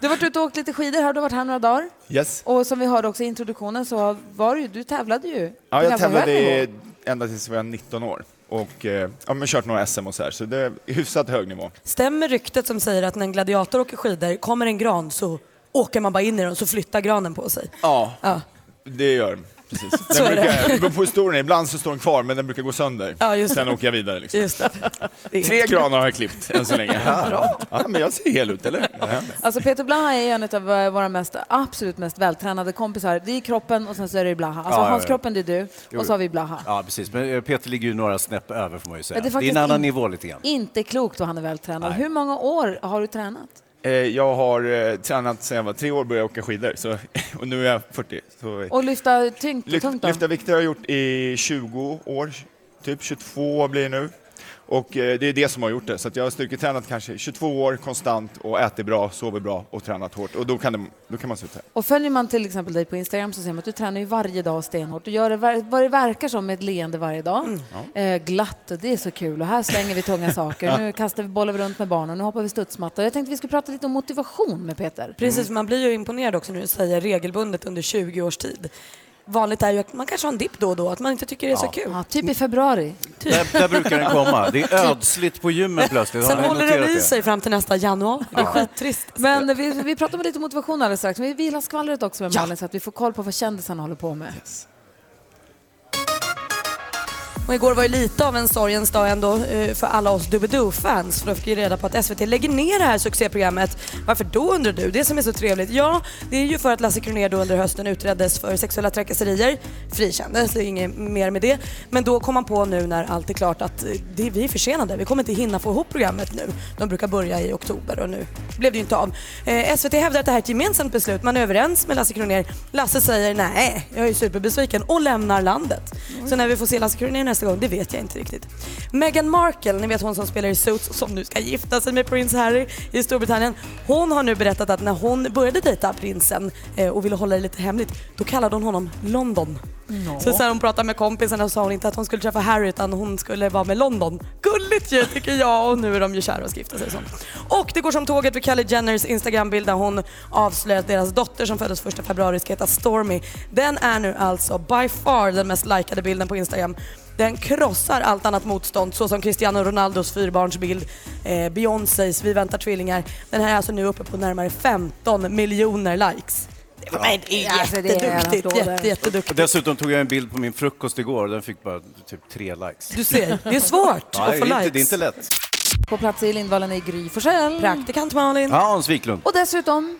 du har varit ute och åkt lite skidor här, du har varit här några dagar. Yes. Och som vi hörde också i introduktionen så var du ju, du tävlade ju. Ja, jag Ganska hög tävlade i- nivå. ända tills jag var 19 år och eh, ja, men kört några SM och så här, så det är hyfsat hög nivå. Stämmer ryktet som säger att när en gladiator åker skidor, kommer en gran så åker man bara in i den så flyttar granen på sig. Ja, Ja. det gör den. Precis. Så Den är det. brukar, det beror på hur stor den är. Ibland så står den kvar, men den brukar gå sönder. Ja, just Sen det. åker jag vidare. Liksom. Just det. Tre granar har jag klippt än så länge. Bra. Ja, men jag ser hel ut, eller? Ja. Alltså Peter Blaha är en av eh, våra mest, absolut mest vältränade kompisar. Det är kroppen och sen så är det Blaha. Alltså Ja, ja, ja. hans kroppen, det är du. Och så har vi Blaha. Ja, precis. Men eh, Peter ligger ju några snäpp över får man ju säga. Men det Det är är, en faktiskt annan in- nivå lite grann. Inte klokt vad han är vältränad. Nej. Hur många år har du tränat? Eh, Jag har eh, tränat sedan jag var tre år och började åka skidor, så, och nu är jag 40. Så... Och lyfta tyngt och Lyft, tungt då? lyfta vikter har jag gjort i 20 år, typ 22 blir det nu. Och eh, det är det som har gjort det. Så att jag har styrketränat kanske 22 år konstant och ätit bra, sovit bra och tränat hårt. Och då kan, det, då kan man se ut här. Och följer man till exempel dig på Instagram så ser man att du tränar ju varje dag stenhårt. Du gör det, ver- vad det verkar som ett leende varje dag. Mm. Eh, glatt och det är så kul. Och här slänger vi tunga saker. Nu kastar vi bollar runt med barnen. Nu hoppar vi studsmatta. Jag tänkte vi skulle prata lite om motivation med Peter. Precis, man blir ju imponerad också när du säger regelbundet under 20 års tid. Vanligt är ju att man kanske har en dipp då och då, att man inte tycker det är så Ja. kul. Ja, typ i februari. Där, där brukar den komma. Det är ödsligt på gymmen plötsligt. Typ. Sen Har ni håller den noterat i det? sig fram till nästa januari. Det är skittrist. Men vi, vi pratar om lite om motivation alldeles strax. Men vi vill ha skvallret också med Malin så att vi får koll på vad kändisarna håller på med. Och igår var ju lite av en sorgens dag ändå eh, för alla oss Doobidoo-fans. För då fick vi reda på att SVT lägger ner det här succéprogrammet. Varför då undrar du? Det som är så trevligt. Ja, det är ju för att Lasse Kronér då under hösten utreddes för sexuella trakasserier. Frikändes, det är inget mer med det. Men då kom man på nu när allt är klart att eh, det, vi är försenade. Vi kommer inte hinna få ihop programmet nu. De brukar börja i oktober och nu blev det ju inte av. Eh, SVT hävdar att det här är ett gemensamt beslut. Man är överens med Lasse Kronér. Lasse säger nej, jag är superbesviken och lämnar landet. Så när vi får se Lasse Kronér nästa gång, det vet jag inte riktigt. Meghan Markle, ni vet hon som spelar i Suits som nu ska gifta sig med prins Harry i Storbritannien. Hon har nu berättat att när hon började dejta prinsen eh, och ville hålla det lite hemligt, då kallade hon honom London. Så när hon pratade med kompisarna sa hon inte att hon skulle träffa Harry utan hon skulle vara med London. Gulligt ju tycker jag och nu är de ju kära och ska gifta sig. och sånt. Och det går som tåget för Kylie Jenners Instagrambild där hon avslöjar att deras dotter som föddes 1 februari ska heta Stormy. Den är nu alltså by far den mest likade bilden på Instagram. Den krossar allt annat motstånd såsom Cristiano Ronaldos fyrbarnsbild, eh, Beyoncés Vi väntar tvillingar. Den här är alltså nu uppe på närmare 15 miljoner likes. Det var det är Alltså, det är jätteduktigt, applåder. jätte, jätteduktigt. Och Dessutom tog jag en bild på min frukost igår och den fick bara typ tre likes. Du ser, det är svårt Ja, att få det är inte- likes. Det är inte lätt. På plats i Lindvallen är Gry Forssell. Praktikant Malin. Ja, Hans Wiklund. Och dessutom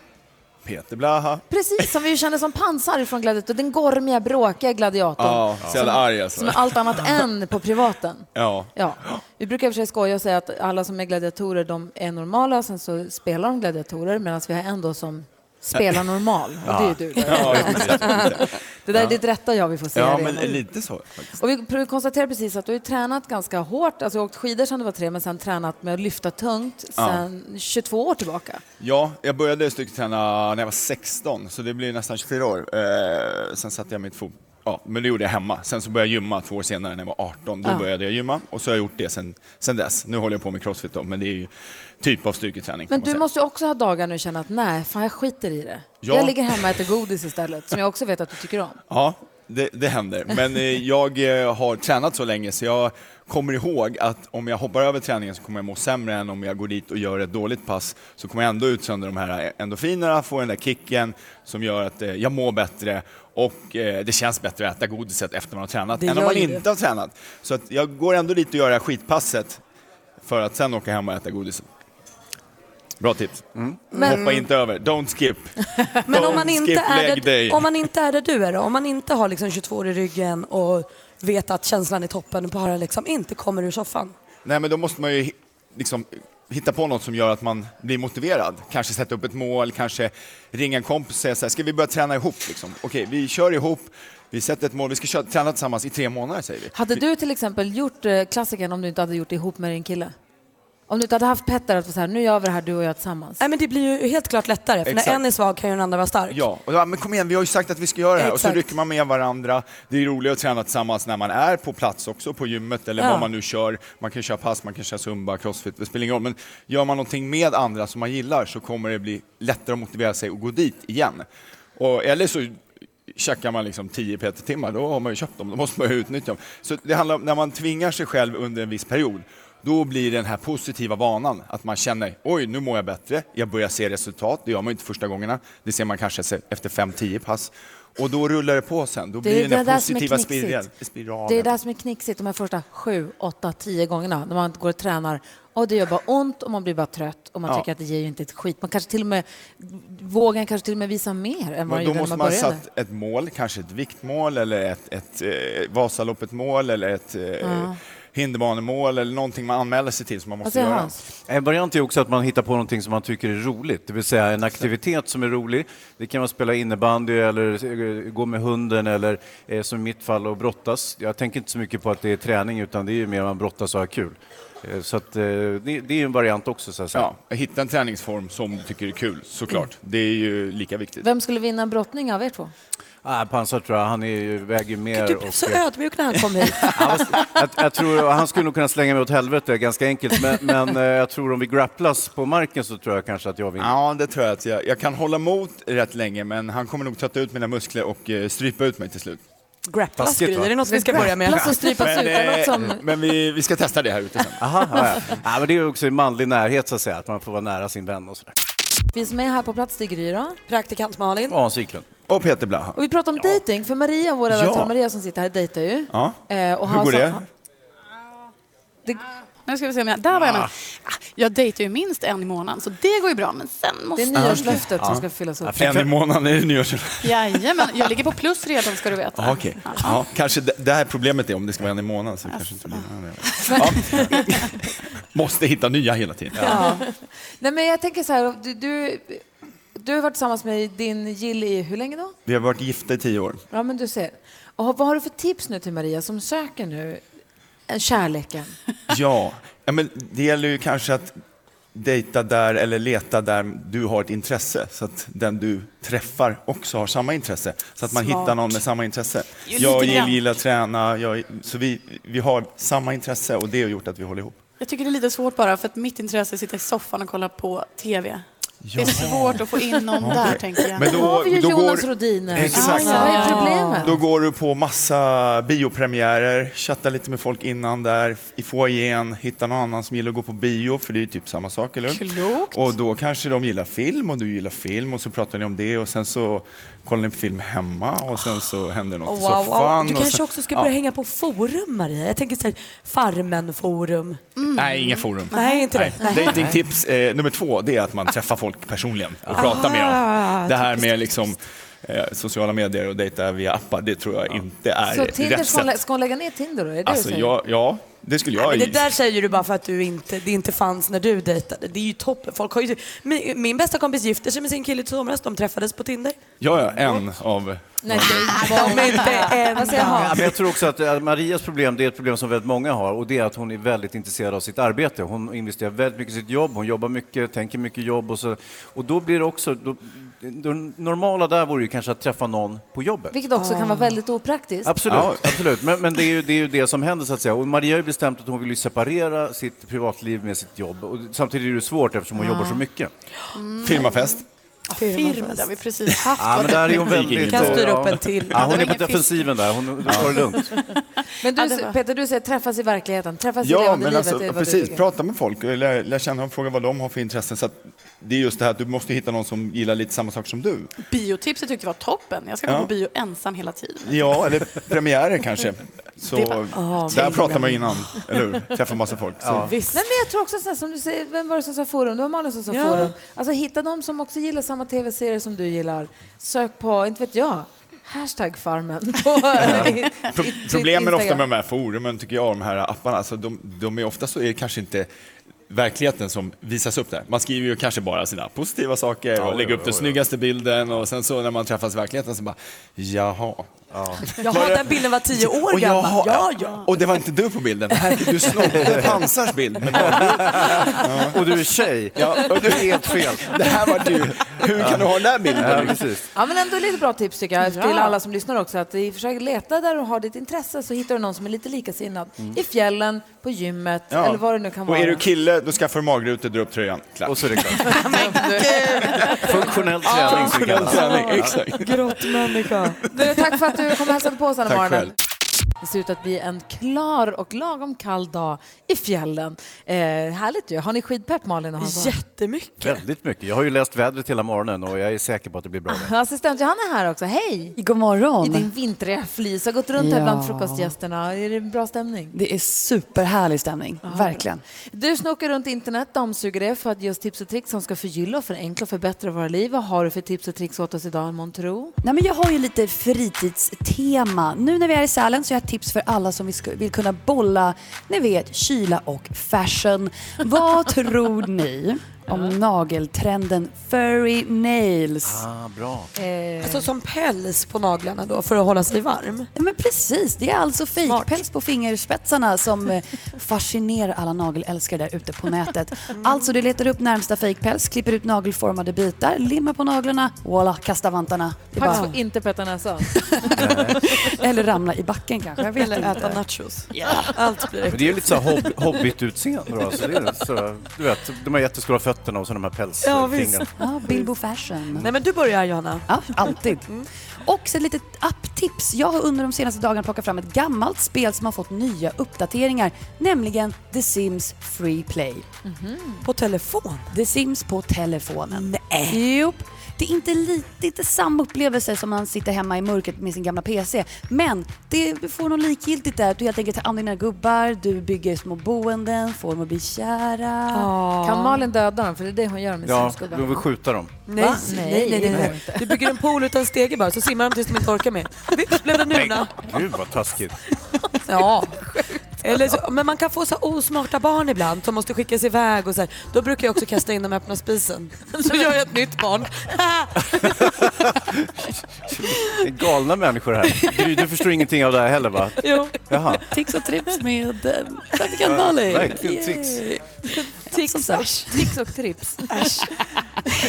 Peter Blaha. Precis, som vi ju känner som pansar från gladiatorn. Den gormiga, bråkiga gladiatorn. Ja, så jävla Som- arg alltså. Som är allt annat än på privaten. Ja. Ja. Vi brukar i och för sig skoja och säga att alla som är gladiatorer, de är normala, sen så spelar de gladiatorer, medan vi har en då som Spela normal. Ja. Det är ju du. Ja, exakt, exakt. det där är Ja. ditt rätta jag, vi får se Ja, det. men lite så faktiskt. Och vi pr- konstaterar precis att du har ju tränat ganska hårt, alltså åkt skidor sedan du var tre, men sen tränat med att lyfta tungt Ja. sedan 22 år tillbaka. Ja, jag började styrketräna när jag var 16, så det blir nästan 24 år. Eh, sen satte jag mitt fot... Ja, men det gjorde jag hemma. Sen så började jag gymma två år senare när jag var 18. Då Ja. började jag gymma och så har jag gjort det sen, sen dess. Nu håller jag på med crossfit då, men det är ju typ av styrketräning. kan Men man du säga. måste ju också ha dagar nu och känna att nej, fan jag skiter i det. Ja. Jag ligger hemma och äter godis istället, som jag också vet att du tycker om. Ja, det, det händer. Men eh, jag eh, har tränat så länge så jag kommer ihåg att om jag hoppar över träningen så kommer jag må sämre än om jag går dit och gör ett dåligt pass så kommer jag ändå utsöndra de här endorfinerna, få den där kicken som gör att eh, jag mår bättre och eh, det känns bättre att äta godiset efter man har tränat Det än om gör man ju det. inte har tränat. Så att jag går ändå dit och gör det här skitpasset för att sen åka hem och äta godiset. Bra tips. Mm. Men- Hoppa inte över. Don't skip. Men om Don't man, inte skip är leg day. där, om man inte är där du är då, om man inte har liksom 22 år i ryggen och vet att känslan är toppen och bara liksom inte kommer ur soffan. Nej, men då måste man ju hi- liksom hitta på något som gör att man blir motiverad. Kanske sätta upp ett mål, kanske ringa en kompis och säga så här, ska vi börja träna ihop? Liksom? Okej, vi kör ihop, vi sätter ett mål, vi ska köra, träna tillsammans i tre månader säger vi. Hade Vi- du till exempel gjort eh, klassiken om du inte hade gjort det ihop med din kille? Om du inte hade haft Petter att vara så här, nu gör vi det här du och jag tillsammans. Nej men det blir ju helt klart lättare, för Exakt. när en är svag kan ju den andra vara stark. Ja, och då, men kom igen, vi har ju sagt att vi ska göra det här. Och så Exakt. rycker man med varandra. Det är roligt att träna tillsammans när man är på plats också, på gymmet eller Ja. vad man nu kör. Man kan köra pass, man kan köra zumba, crossfit, det spelar ingen roll. Men gör man någonting med andra som man gillar så kommer det bli lättare att motivera sig och gå dit igen. Och, eller så checkar man liksom 10 PT-timmar, då har man ju köpt dem, då måste man ju utnyttja dem. Så det handlar om, när man tvingar sig själv under en viss period, då blir den här positiva vanan att man känner oj, nu mår jag bättre, jag börjar se resultat, det gör man ju inte första gångerna, det ser man kanske se- efter 5-10 pass. Och då rullar det på sen, då blir det den här positiva spiralen. spiralen. Det är det där som är knixigt de här första sju, åtta, tio gångerna när man går och tränar. Och det gör bara ont och man blir bara trött och man Ja. tycker att det ger ju inte ett skit. Man kanske till och med, vågen kanske till och med visar mer än vad den Men då gjorde när måste man man började. satt ett mål, kanske ett viktmål eller ett, ett eh, Vasaloppet-mål eller ett eh, Ja. hinderbanemål eller någonting man anmäler sig till som man Vad måste säger göra. Hans? En variant är Eh, också att man hittar på någonting som man tycker är roligt, det vill säga en aktivitet som är rolig. Det kan vara att spela innebandy eller eh, gå med hunden eller eh, som i mitt fall att brottas. Jag tänker inte så mycket på att det är träning utan det är ju mer att man brottas och har kul. Eh, Så att, eh, det, det är en variant också. Så att säga. Ja, hitta en träningsform som du tycker är kul, såklart. Det är ju lika viktigt. Mm. Vem skulle vinna en brottning av er två? Ah, pansar tror jag, han är, ju- väger mer. Du blev så eh, ödmjuk när han kom hit. jag, jag tror, han skulle nog kunna slänga mig åt helvete ganska enkelt, men, men eh, jag tror om vi grapplas på marken så tror jag kanske att jag vinner. Ja, det tror jag att jag, jag kan hålla emot rätt länge, men han kommer nog trötta ut mina muskler och eh, strypa ut mig till slut. Grapplas, Taskigt, Gry, va? är det något vi ska börja med? Grapplas och strypas Men, Alltså, ut, är det något eh, som- Men vi, vi ska testa det här ute sen. Aha, ja, ja. ja, men det är också i manlig närhet så att säga, att man får vara nära sin vän och sådär. Vi som är här på plats, det är Gry då. Praktikant Malin. Och Hans Wiklund. Och Peter Blaha. Och vi pratar om dating för Maria, vår redaktör Ja. Maria som sitter här, dejtar ju. Ja. Eh, och Hur Hans- går det? det- Nu ska vi se om jag... Där var jag med. Ah, Jag dejtar ju minst en i månaden, så det går ju bra. Men sen måste... Det är nyårslöftet som ska fyllas upp. En i månaden är det nyårs... Jajamän, jag ligger på plus redan ska du veta. Ah, okay. ja, kanske det, det här problemet är om det ska vara en i månaden. Så det kanske inte blir ja. Måste hitta nya hela tiden. Ja. Nej, men jag tänker så här, du, du, du har varit tillsammans med din Jill i hur länge då? Vi har varit gifta i tio år. Ja, men du ser. Och vad har du för tips nu till Maria som söker nu eh, kärleken? Ja, ja men det gäller ju kanske att dejta där eller leta där du har ett intresse så att den du träffar också har samma intresse. Så att man Smart. hittar någon med samma intresse. Jo, Jag och lite Jill grann. gillar att träna, jag, så vi, vi har samma intresse och det har gjort att vi håller ihop. Jag tycker det är lite svårt bara, för att mitt intresse är att sitta i soffan och kolla på TV. Det är Ja. svårt att få in någon Ja. där, tänker jag. Men då- Där har vi ju då Jonas går- Rodiner. Exakt. Ah, vad är problemet? Då går du på massa biopremiärer, chattar lite med folk innan där, i foajén, hittar någon annan som gillar att gå på bio, för det är ju typ samma sak, eller hur? Klokt. Och då kanske de gillar film och du gillar film och så pratar ni om det och sen så kollar ni på film hemma och sen så händer något Oh, i wow, wow. soffan. Du och kanske sen, också ska börja hänga på forum Maria. Jag tänker såhär, Mm. Farmen-forum. Nej, inga forum. Nej, inte det. Nej. Datingtips eh, nummer två, det är att man träffar folk personligen och pratar med Ah, dem. Det här med liksom, eh, sociala medier och dejta via appar, det tror jag inte är Så rätt Tinder ska hon, lä- sätt. ska hon lägga ner Tinder då? Är det det du Alltså, säger? jag, ja, Det skulle Nej, jag men ju. det där säger du bara för att du inte, det inte fanns när du dejtade. Det är ju toppen. Folk har ju, min, min bästa kompis gifte sig med sin kille i somras. De träffades på Tinder. Ja, ja, en av... Nej, de är inte en. Eh, Vad säger Hans? Ja, men jag tror också att eh, Marias problem, det är ett problem som väldigt många har och det är att hon är väldigt intresserad av sitt arbete. Hon investerar väldigt mycket i sitt jobb, hon jobbar mycket, tänker mycket jobb och så. Och då blir det också, då, det normala där vore ju kanske att träffa någon på jobbet. Vilket också kan vara väldigt opraktiskt. Absolut, absolut. men, men det, är ju, det är ju det som händer så att säga. Och Maria har ju bestämt att hon vill ju separera sitt privatliv med sitt jobb. Och samtidigt är det ju svårt eftersom hon Ja. jobbar så mycket. Mm. Firmafest. Firma, det har vi precis haft. Ja, men där är hon väldigt... Kan styra ja. upp en till. Ja, Det hon var är på ingen fisk. defensiven där, hon tar det lugnt. Men du, Peter, du säger träffas i verkligheten, träffas i Ja, levande men livet. alltså, typ det är vad du precis. tycker. Prata med folk, och lär, lär känna dem, fråga vad de har för intressen. Så att det är just det här att du måste hitta någon som gillar lite samma sak som du. Biotipset tyckte jag var toppen. Jag ska gå Ja. på bio ensam hela tiden. Ja, eller premiärer kanske. Så Det var- Ja, där tänk pratar om. man innan, eller hur? Träffar massa folk. Så. Ja. Nej, men jag tror också så här, som du säger, vem var det som sa forum? Det var Malin som sa Ja. forum. Alltså hitta de som också gillar samma tv-serier som du gillar. Sök på, inte vet jag, hashtag farmen. På, i- Pro- i- i- Problemen ofta med Instagram. de här forumen, tycker jag, de här apparna, alltså de, de är ofta så är det kanske inte verkligheten som visas upp där. Man skriver ju kanske bara sina positiva saker och jo, lägger upp den jo, jo. snyggaste bilden och sen så när man träffas i verkligheten så bara, jaha. Ja. Jaha, den bilden var tio år och gammal. jaha, Ja, Och det var inte du på bilden. Här fick du snodde Pansars bild med badbrillor. Och du är tjej. Ja, och du är helt fel. Det här var du. Hur kan du ha den här bilden? Ja, precis. Ja, men ändå lite bra tips tycker jag Ja. till alla som lyssnar också. Att i- försök leta där du har ditt intresse så hittar du någon som är lite likasinnad. I fjällen, på gymmet Mm. Ja. eller vad det nu kan Och vara. är du kille, då skaffar du magrutor, dra upp tröjan. Klart. Och så är det klart. Funktionell Ja. träning. så Funktionell kallas det. träning, Ja. exakt. Grottmänniska. Du, tack för att du kom och hälsade på oss den här Tack morgonen. själv. Det ser ut att bli en klar och lagom kall dag i fjällen. Eh, härligt ju. Har ni skidpepp Malin och Hans? Jättemycket. Väldigt mycket. Jag har ju läst vädret hela morgonen och jag är säker på att det blir bra. Assistent Johanna är här också. Hej! God morgon. I din vintriga flis. Har gått runt här bland Ja. frukostgästerna. Är det bra stämning? Det är superhärlig stämning, verkligen. Du snokar runt internet, dammsuger det för att ge oss tips och tricks som ska förgylla, förenkla och förbättra våra liv. Vad har du för tips och tricks åt oss idag, Montro? Nej, men jag har ju lite fritidstema. Nu när vi är i Sälen så har jag tips för alla som vill sku- vill kunna bolla, ni vet, kyla och fashion. Vad tror ni om nageltrenden furry nails? Ah, bra. Alltså som päls på naglarna då för att hålla sig varm. Ja, men precis, det är alltså fejkpäls på fingerspetsarna som eh, fascinerar alla nagelälskare där ute på nätet. Alltså, du letar upp närmsta fejkpäls, klipper ut nagelformade bitar, limmar på naglarna, voilà, kasta vantarna. Det är Pax bara- får inte peta näsan. Eller ramla i backen kanske, jag vet Eller inte. äta nachos. Ja. Allt blir Men det är ju lite så här hob- hobbit-utseende. då, Alltså. Det är så, du vet, de här jättestora fötterna och så de här Ja, pälsfingrarna. Ja, Bilbo Fashion. Nej men du börjar Johanna. Ja, alltid. Och så ett litet apptips. Jag har under de senaste dagarna plockat fram ett gammalt spel som har fått nya uppdateringar, nämligen The Sims Free Play. På telefon? The Sims på telefonen. Nej. Jop. Det är inte lite, det är inte samma upplevelse som man sitter hemma i mörkret med sin gamla PC. Men det får något likgiltigt där. Du helt enkelt tar an dina gubbar, du bygger små boenden, får dem att bli kära. Kan Malin döda dem? För det är det hon gör med Ja, sin de vill skjuta dem. Nej, Va? nej, nej, nej, nej. Du bygger en pool utan stege bara, så simmar de tills de inte orkar mer. Vips blev det nuna. Gud vad taskigt. Ja. Eller så, men man kan få så här osmarta barn ibland som måste skickas iväg och så här. Då brukar jag också kasta in dem i öppna spisen. Så gör jag ett nytt barn. Det är galna människor här. Gry, du förstår ingenting av det här heller va? Jo. Jaha. Tips och trips med eh, Ja, praktikant Malin. verkligen Yay. tips. Tics, äsch. Tics och trips.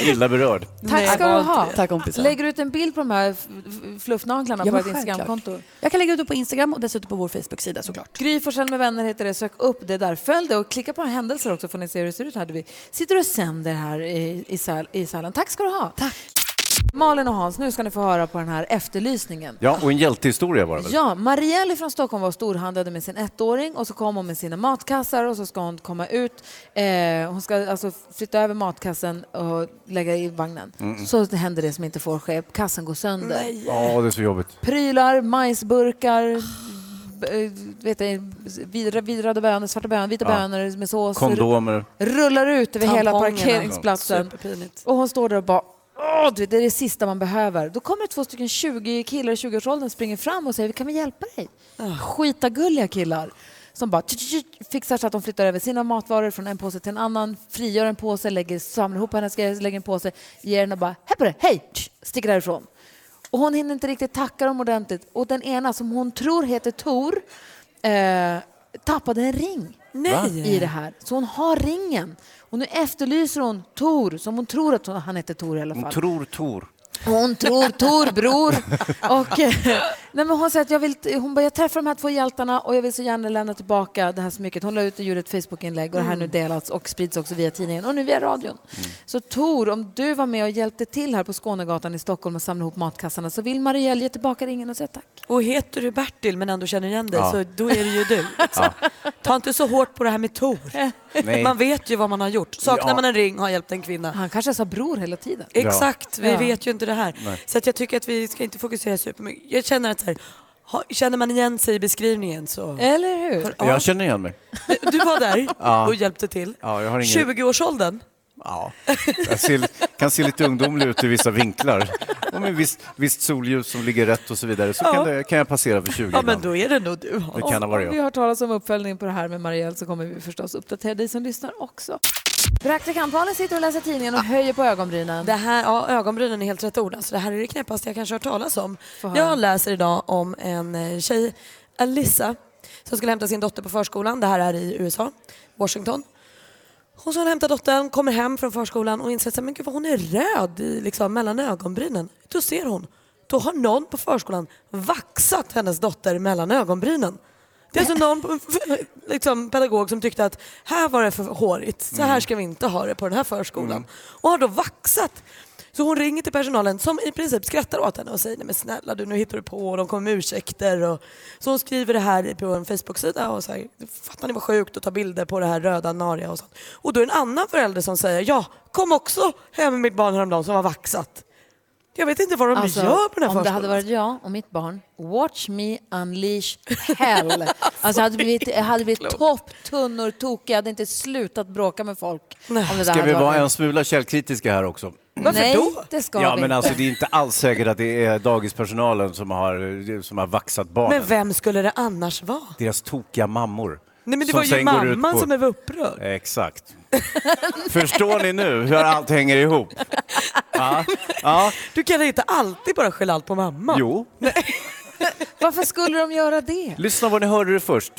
Illa berörd. Tack ska du ha. Tack, kompisar. Lägger du ut en bild på de här f- f- fluffnaglarna Ja, på men ditt Instagramkonto? Jag kan lägga ut det på Instagram och dessutom på vår Facebook-sida såklart. Gry Forssell med vänner heter det. Sök upp det där. Följ det och klicka på händelser också får ni se hur det ser ut. Hade vi. Sitter och sänder här i, i, sal, i salen. Tack ska du ha. Tack. Malin och Hans, nu ska ni få höra på den här efterlysningen. Ja, och en hjältehistoria var det väl? Ja, Marielle från Stockholm var och storhandlade med sin ettåring och så kom hon med sina matkassar och så ska hon komma ut. Eh, hon ska alltså flytta över matkassen och lägga i vagnen. Mm. Så händer det som inte får ske. Kassen går sönder. Ja, det är så jobbigt. Prylar, majsburkar, b- eh, vet jag, vidra, vidrade bönor, svarta bönor, vita Ja. bönor med sås. Kondomer. Rullar ut över hela Tampongerna. parkeringsplatsen. Superpinigt. Och hon står där och bara Åh, du vet, det är det sista man behöver. Då kommer två stycken 20 killar i 20-årsåldern springer fram och säger kan vi hjälpa dig? Skitagulliga killar. som bara tju, tju, tju, fixar så att de flyttar över sina matvaror från en påse till en annan, frigör en påse, lägger, samlar ihop hennes grejer, lägger en påse, ger den och bara hej på det, hej, tsch, sticker därifrån. Och hon hinner inte riktigt tacka dem ordentligt. Och den ena som hon tror heter Tor eh, tappade en ring Va? i det här. Så hon har ringen. Och nu efterlyser hon Tor, som hon tror att hon, han heter Tor i alla fall. Hon tror Tor. Hon tror Tor, bror. Och, eh, nej men hon säger att jag, vill, hon bara, jag träffar de här två hjältarna och jag vill så gärna lämna tillbaka det här smycket. Hon la ut och gjorde ett Facebookinlägg och det här nu Mm. delats och sprids också via tidningen och nu via radion. Mm. Så Tor, om du var med och hjälpte till här på Skånegatan i Stockholm och samlade ihop matkassarna så vill Marielle ge tillbaka ringen och säga tack. Och heter du Bertil men ändå känner igen dig Ja. så då är det ju du. Ta inte så hårt på det här med Tor. Nej. Man vet ju vad man har gjort. Saknar Ja. man en ring har hjälpt en kvinna. Han kanske sa bror hela tiden. Exakt, vi Ja. vet ju inte det här. Nej. Så att jag tycker att vi ska inte fokusera supermycket. Jag känner att så här, ha- känner man igen sig i beskrivningen så... Eller hur? Jag känner igen mig. Du var där Ja. och hjälpte till. Ja, jag har ingen... 20-årsåldern. Ja, jag ser, kan se lite ungdomlig ut i vissa vinklar. Och med visst, visst solljus som ligger rätt och så vidare så Ja. kan, det, kan jag passera för 20 Ja innan. men då är det nog du Hans. Det kan ha varit Om jag. vi har talas om uppföljning på det här med Marielle så kommer vi förstås uppdatera dig som lyssnar också. Praktikantbarnen sitter och läser tidningen och Ah. höjer på ögonbrynen. Det här, ja, ögonbrynen är helt rätt ord. Alltså, det här är det knäppaste jag kanske har hört talas om. höra. Jag läser idag om en eh, tjej, Alissa, som skulle hämta sin dotter på förskolan. Det här är i USA, Washington. Hon som hämtar dottern kommer hem från förskolan och inser att men gud, vad hon är röd i, liksom, mellan ögonbrynen. Då ser hon, då har någon på förskolan vaxat hennes dotter mellan ögonbrynen. Det är alltså någon liksom, pedagog som tyckte att här var det för hårigt, så här ska vi inte ha det på den här förskolan. Och har då vaxat. Så hon ringer till personalen som i princip skrattar åt henne och säger nej men snälla du nu hittar du på och de kommer med ursäkter. Och... Så hon skriver det här på en Facebook-sida och säger fattar ni vad sjukt att ta bilder på det här röda naria och sånt. Och då är det en annan förälder som säger ja kom också hem med mitt barn häromdagen som var vaxat. Jag vet inte vad de Alltså, gör på den här om det hade förskolan. varit jag och mitt barn, watch me unleash hell. alltså, jag hade blivit, jag hade blivit topptunnor tokig, jag hade inte slutat bråka med folk. Om det där Ska vi hade vara varit- en smula källkritiska här också? Varför Nej, då? det ska ja, vi men inte. alltså, Det är inte alls säkert att det är dagispersonalen som har, som har vaxat barnen. Men vem skulle det annars vara? Deras tokiga mammor. Nej men det Som var ju sen går ut mamman på- som blev upprörd. Exakt. Förstår ni nu hur allt hänger ihop? Ja. Ja. Du kan inte alltid bara skylla allt på mamma. Jo, Varför skulle de göra det? lyssna vad ni hörde det först.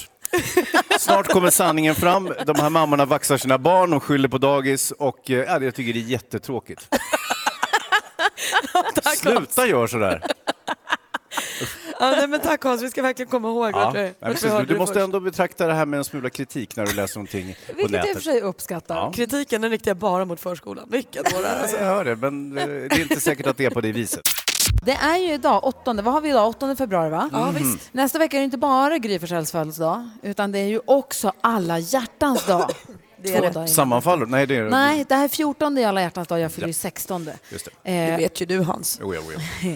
Snart kommer sanningen fram. De här mammorna vaxar sina barn, de skyller på dagis och eh, ja, jag tycker det är jättetråkigt. Sluta gör sådär. Ja, nej, men tack Hans, vi ska verkligen komma ihåg Ja, vart vi- nej, vart vi precis. hörde Du, du det måste först. ändå betrakta det här med en smula kritik när du läser någonting på Vilket jag i och för nätet. sig uppskattar. Ja. Kritiken den riktar jag bara mot förskolan. Vilken dåre alltså. Jag hör det, men eh, det är inte säkert att det är på det viset. Det är ju idag, 8, vad har vi idag? 8 februari va? Ja, Mhm. visst. Nästa vecka är det inte bara Gry Forssells födelsedag, utan det är ju också alla hjärtans dag. Två dagar innan. Sammanfaller? Nej, det är Nej, det här är 14 i alla hjärtans dag, jag fyller ju 16. Just det. Eh, vet ju du Hans. Jo, jo, jo.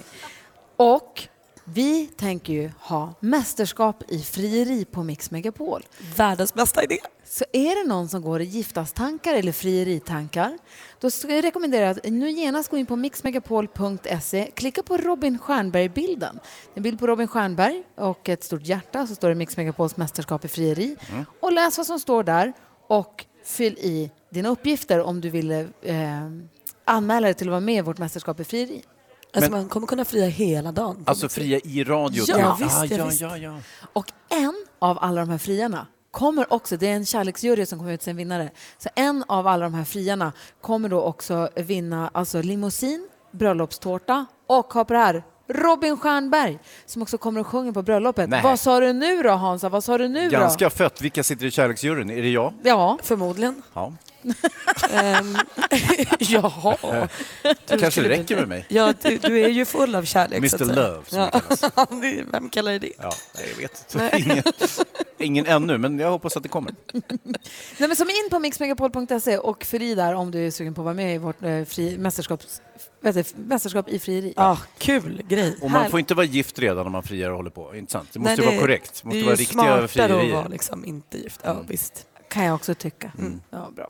Och vi tänker ju ha mästerskap i frieri på Mix Megapol. Världens bästa idé. Så är det någon som går i giftastankar eller frieritankar, då ska jag rekommendera att nu genast gå in på mixmegapol.se, klicka på Robin Stjernberg-bilden. Det är En bild på Robin Stjernberg och ett stort hjärta, så står det Mix Megapols mästerskap i frieri. Mm. Och läs vad som står där och fyll i dina uppgifter om du vill eh, anmäla dig till att vara med i vårt mästerskap i frieri. Alltså man kommer kunna fria hela dagen. Alltså fria i radio. Ja, till- visst, ah, ja, ja, visst. ja, ja. Och en av alla de här friarna kommer också, det är en kärleksjury som kommer ut en vinnare, så en av alla de här friarna kommer då också vinna alltså limousin, bröllopstårta och ha på det här Robin Stjernberg som också kommer och sjunger på bröllopet. Nej. Vad sa du nu då Hansa? Vad sa du nu då? Ganska fött. Vilka sitter i kärleksjuryn? Är det jag? Ja. Förmodligen. Ja. Ehm, Jaha. Det Du kanske skulle- räcker med mig. Ja, du, du är ju full av kärlek. Mr. så att säga. Love, som Ja. Det- Vem kallar dig det? Ja, nej, jag vet inte. Ingen, ingen ännu, men jag hoppas att det kommer. Nej, men som är in på mixmegapol.se och fyll i där om du är sugen på att vara med i vårt eh, fri, mästerskaps, vad heter det? mästerskap i frieri. Ja, kul grej. Och man får inte vara gift redan när man friar och håller på. Inte sant? Det Nej, måste ju vara korrekt. Det det måste är vara ju riktiga Mm. smartare att frierier. vara liksom inte gift. Ja, visst. Mm. Kan jag också tycka. Ja, bra.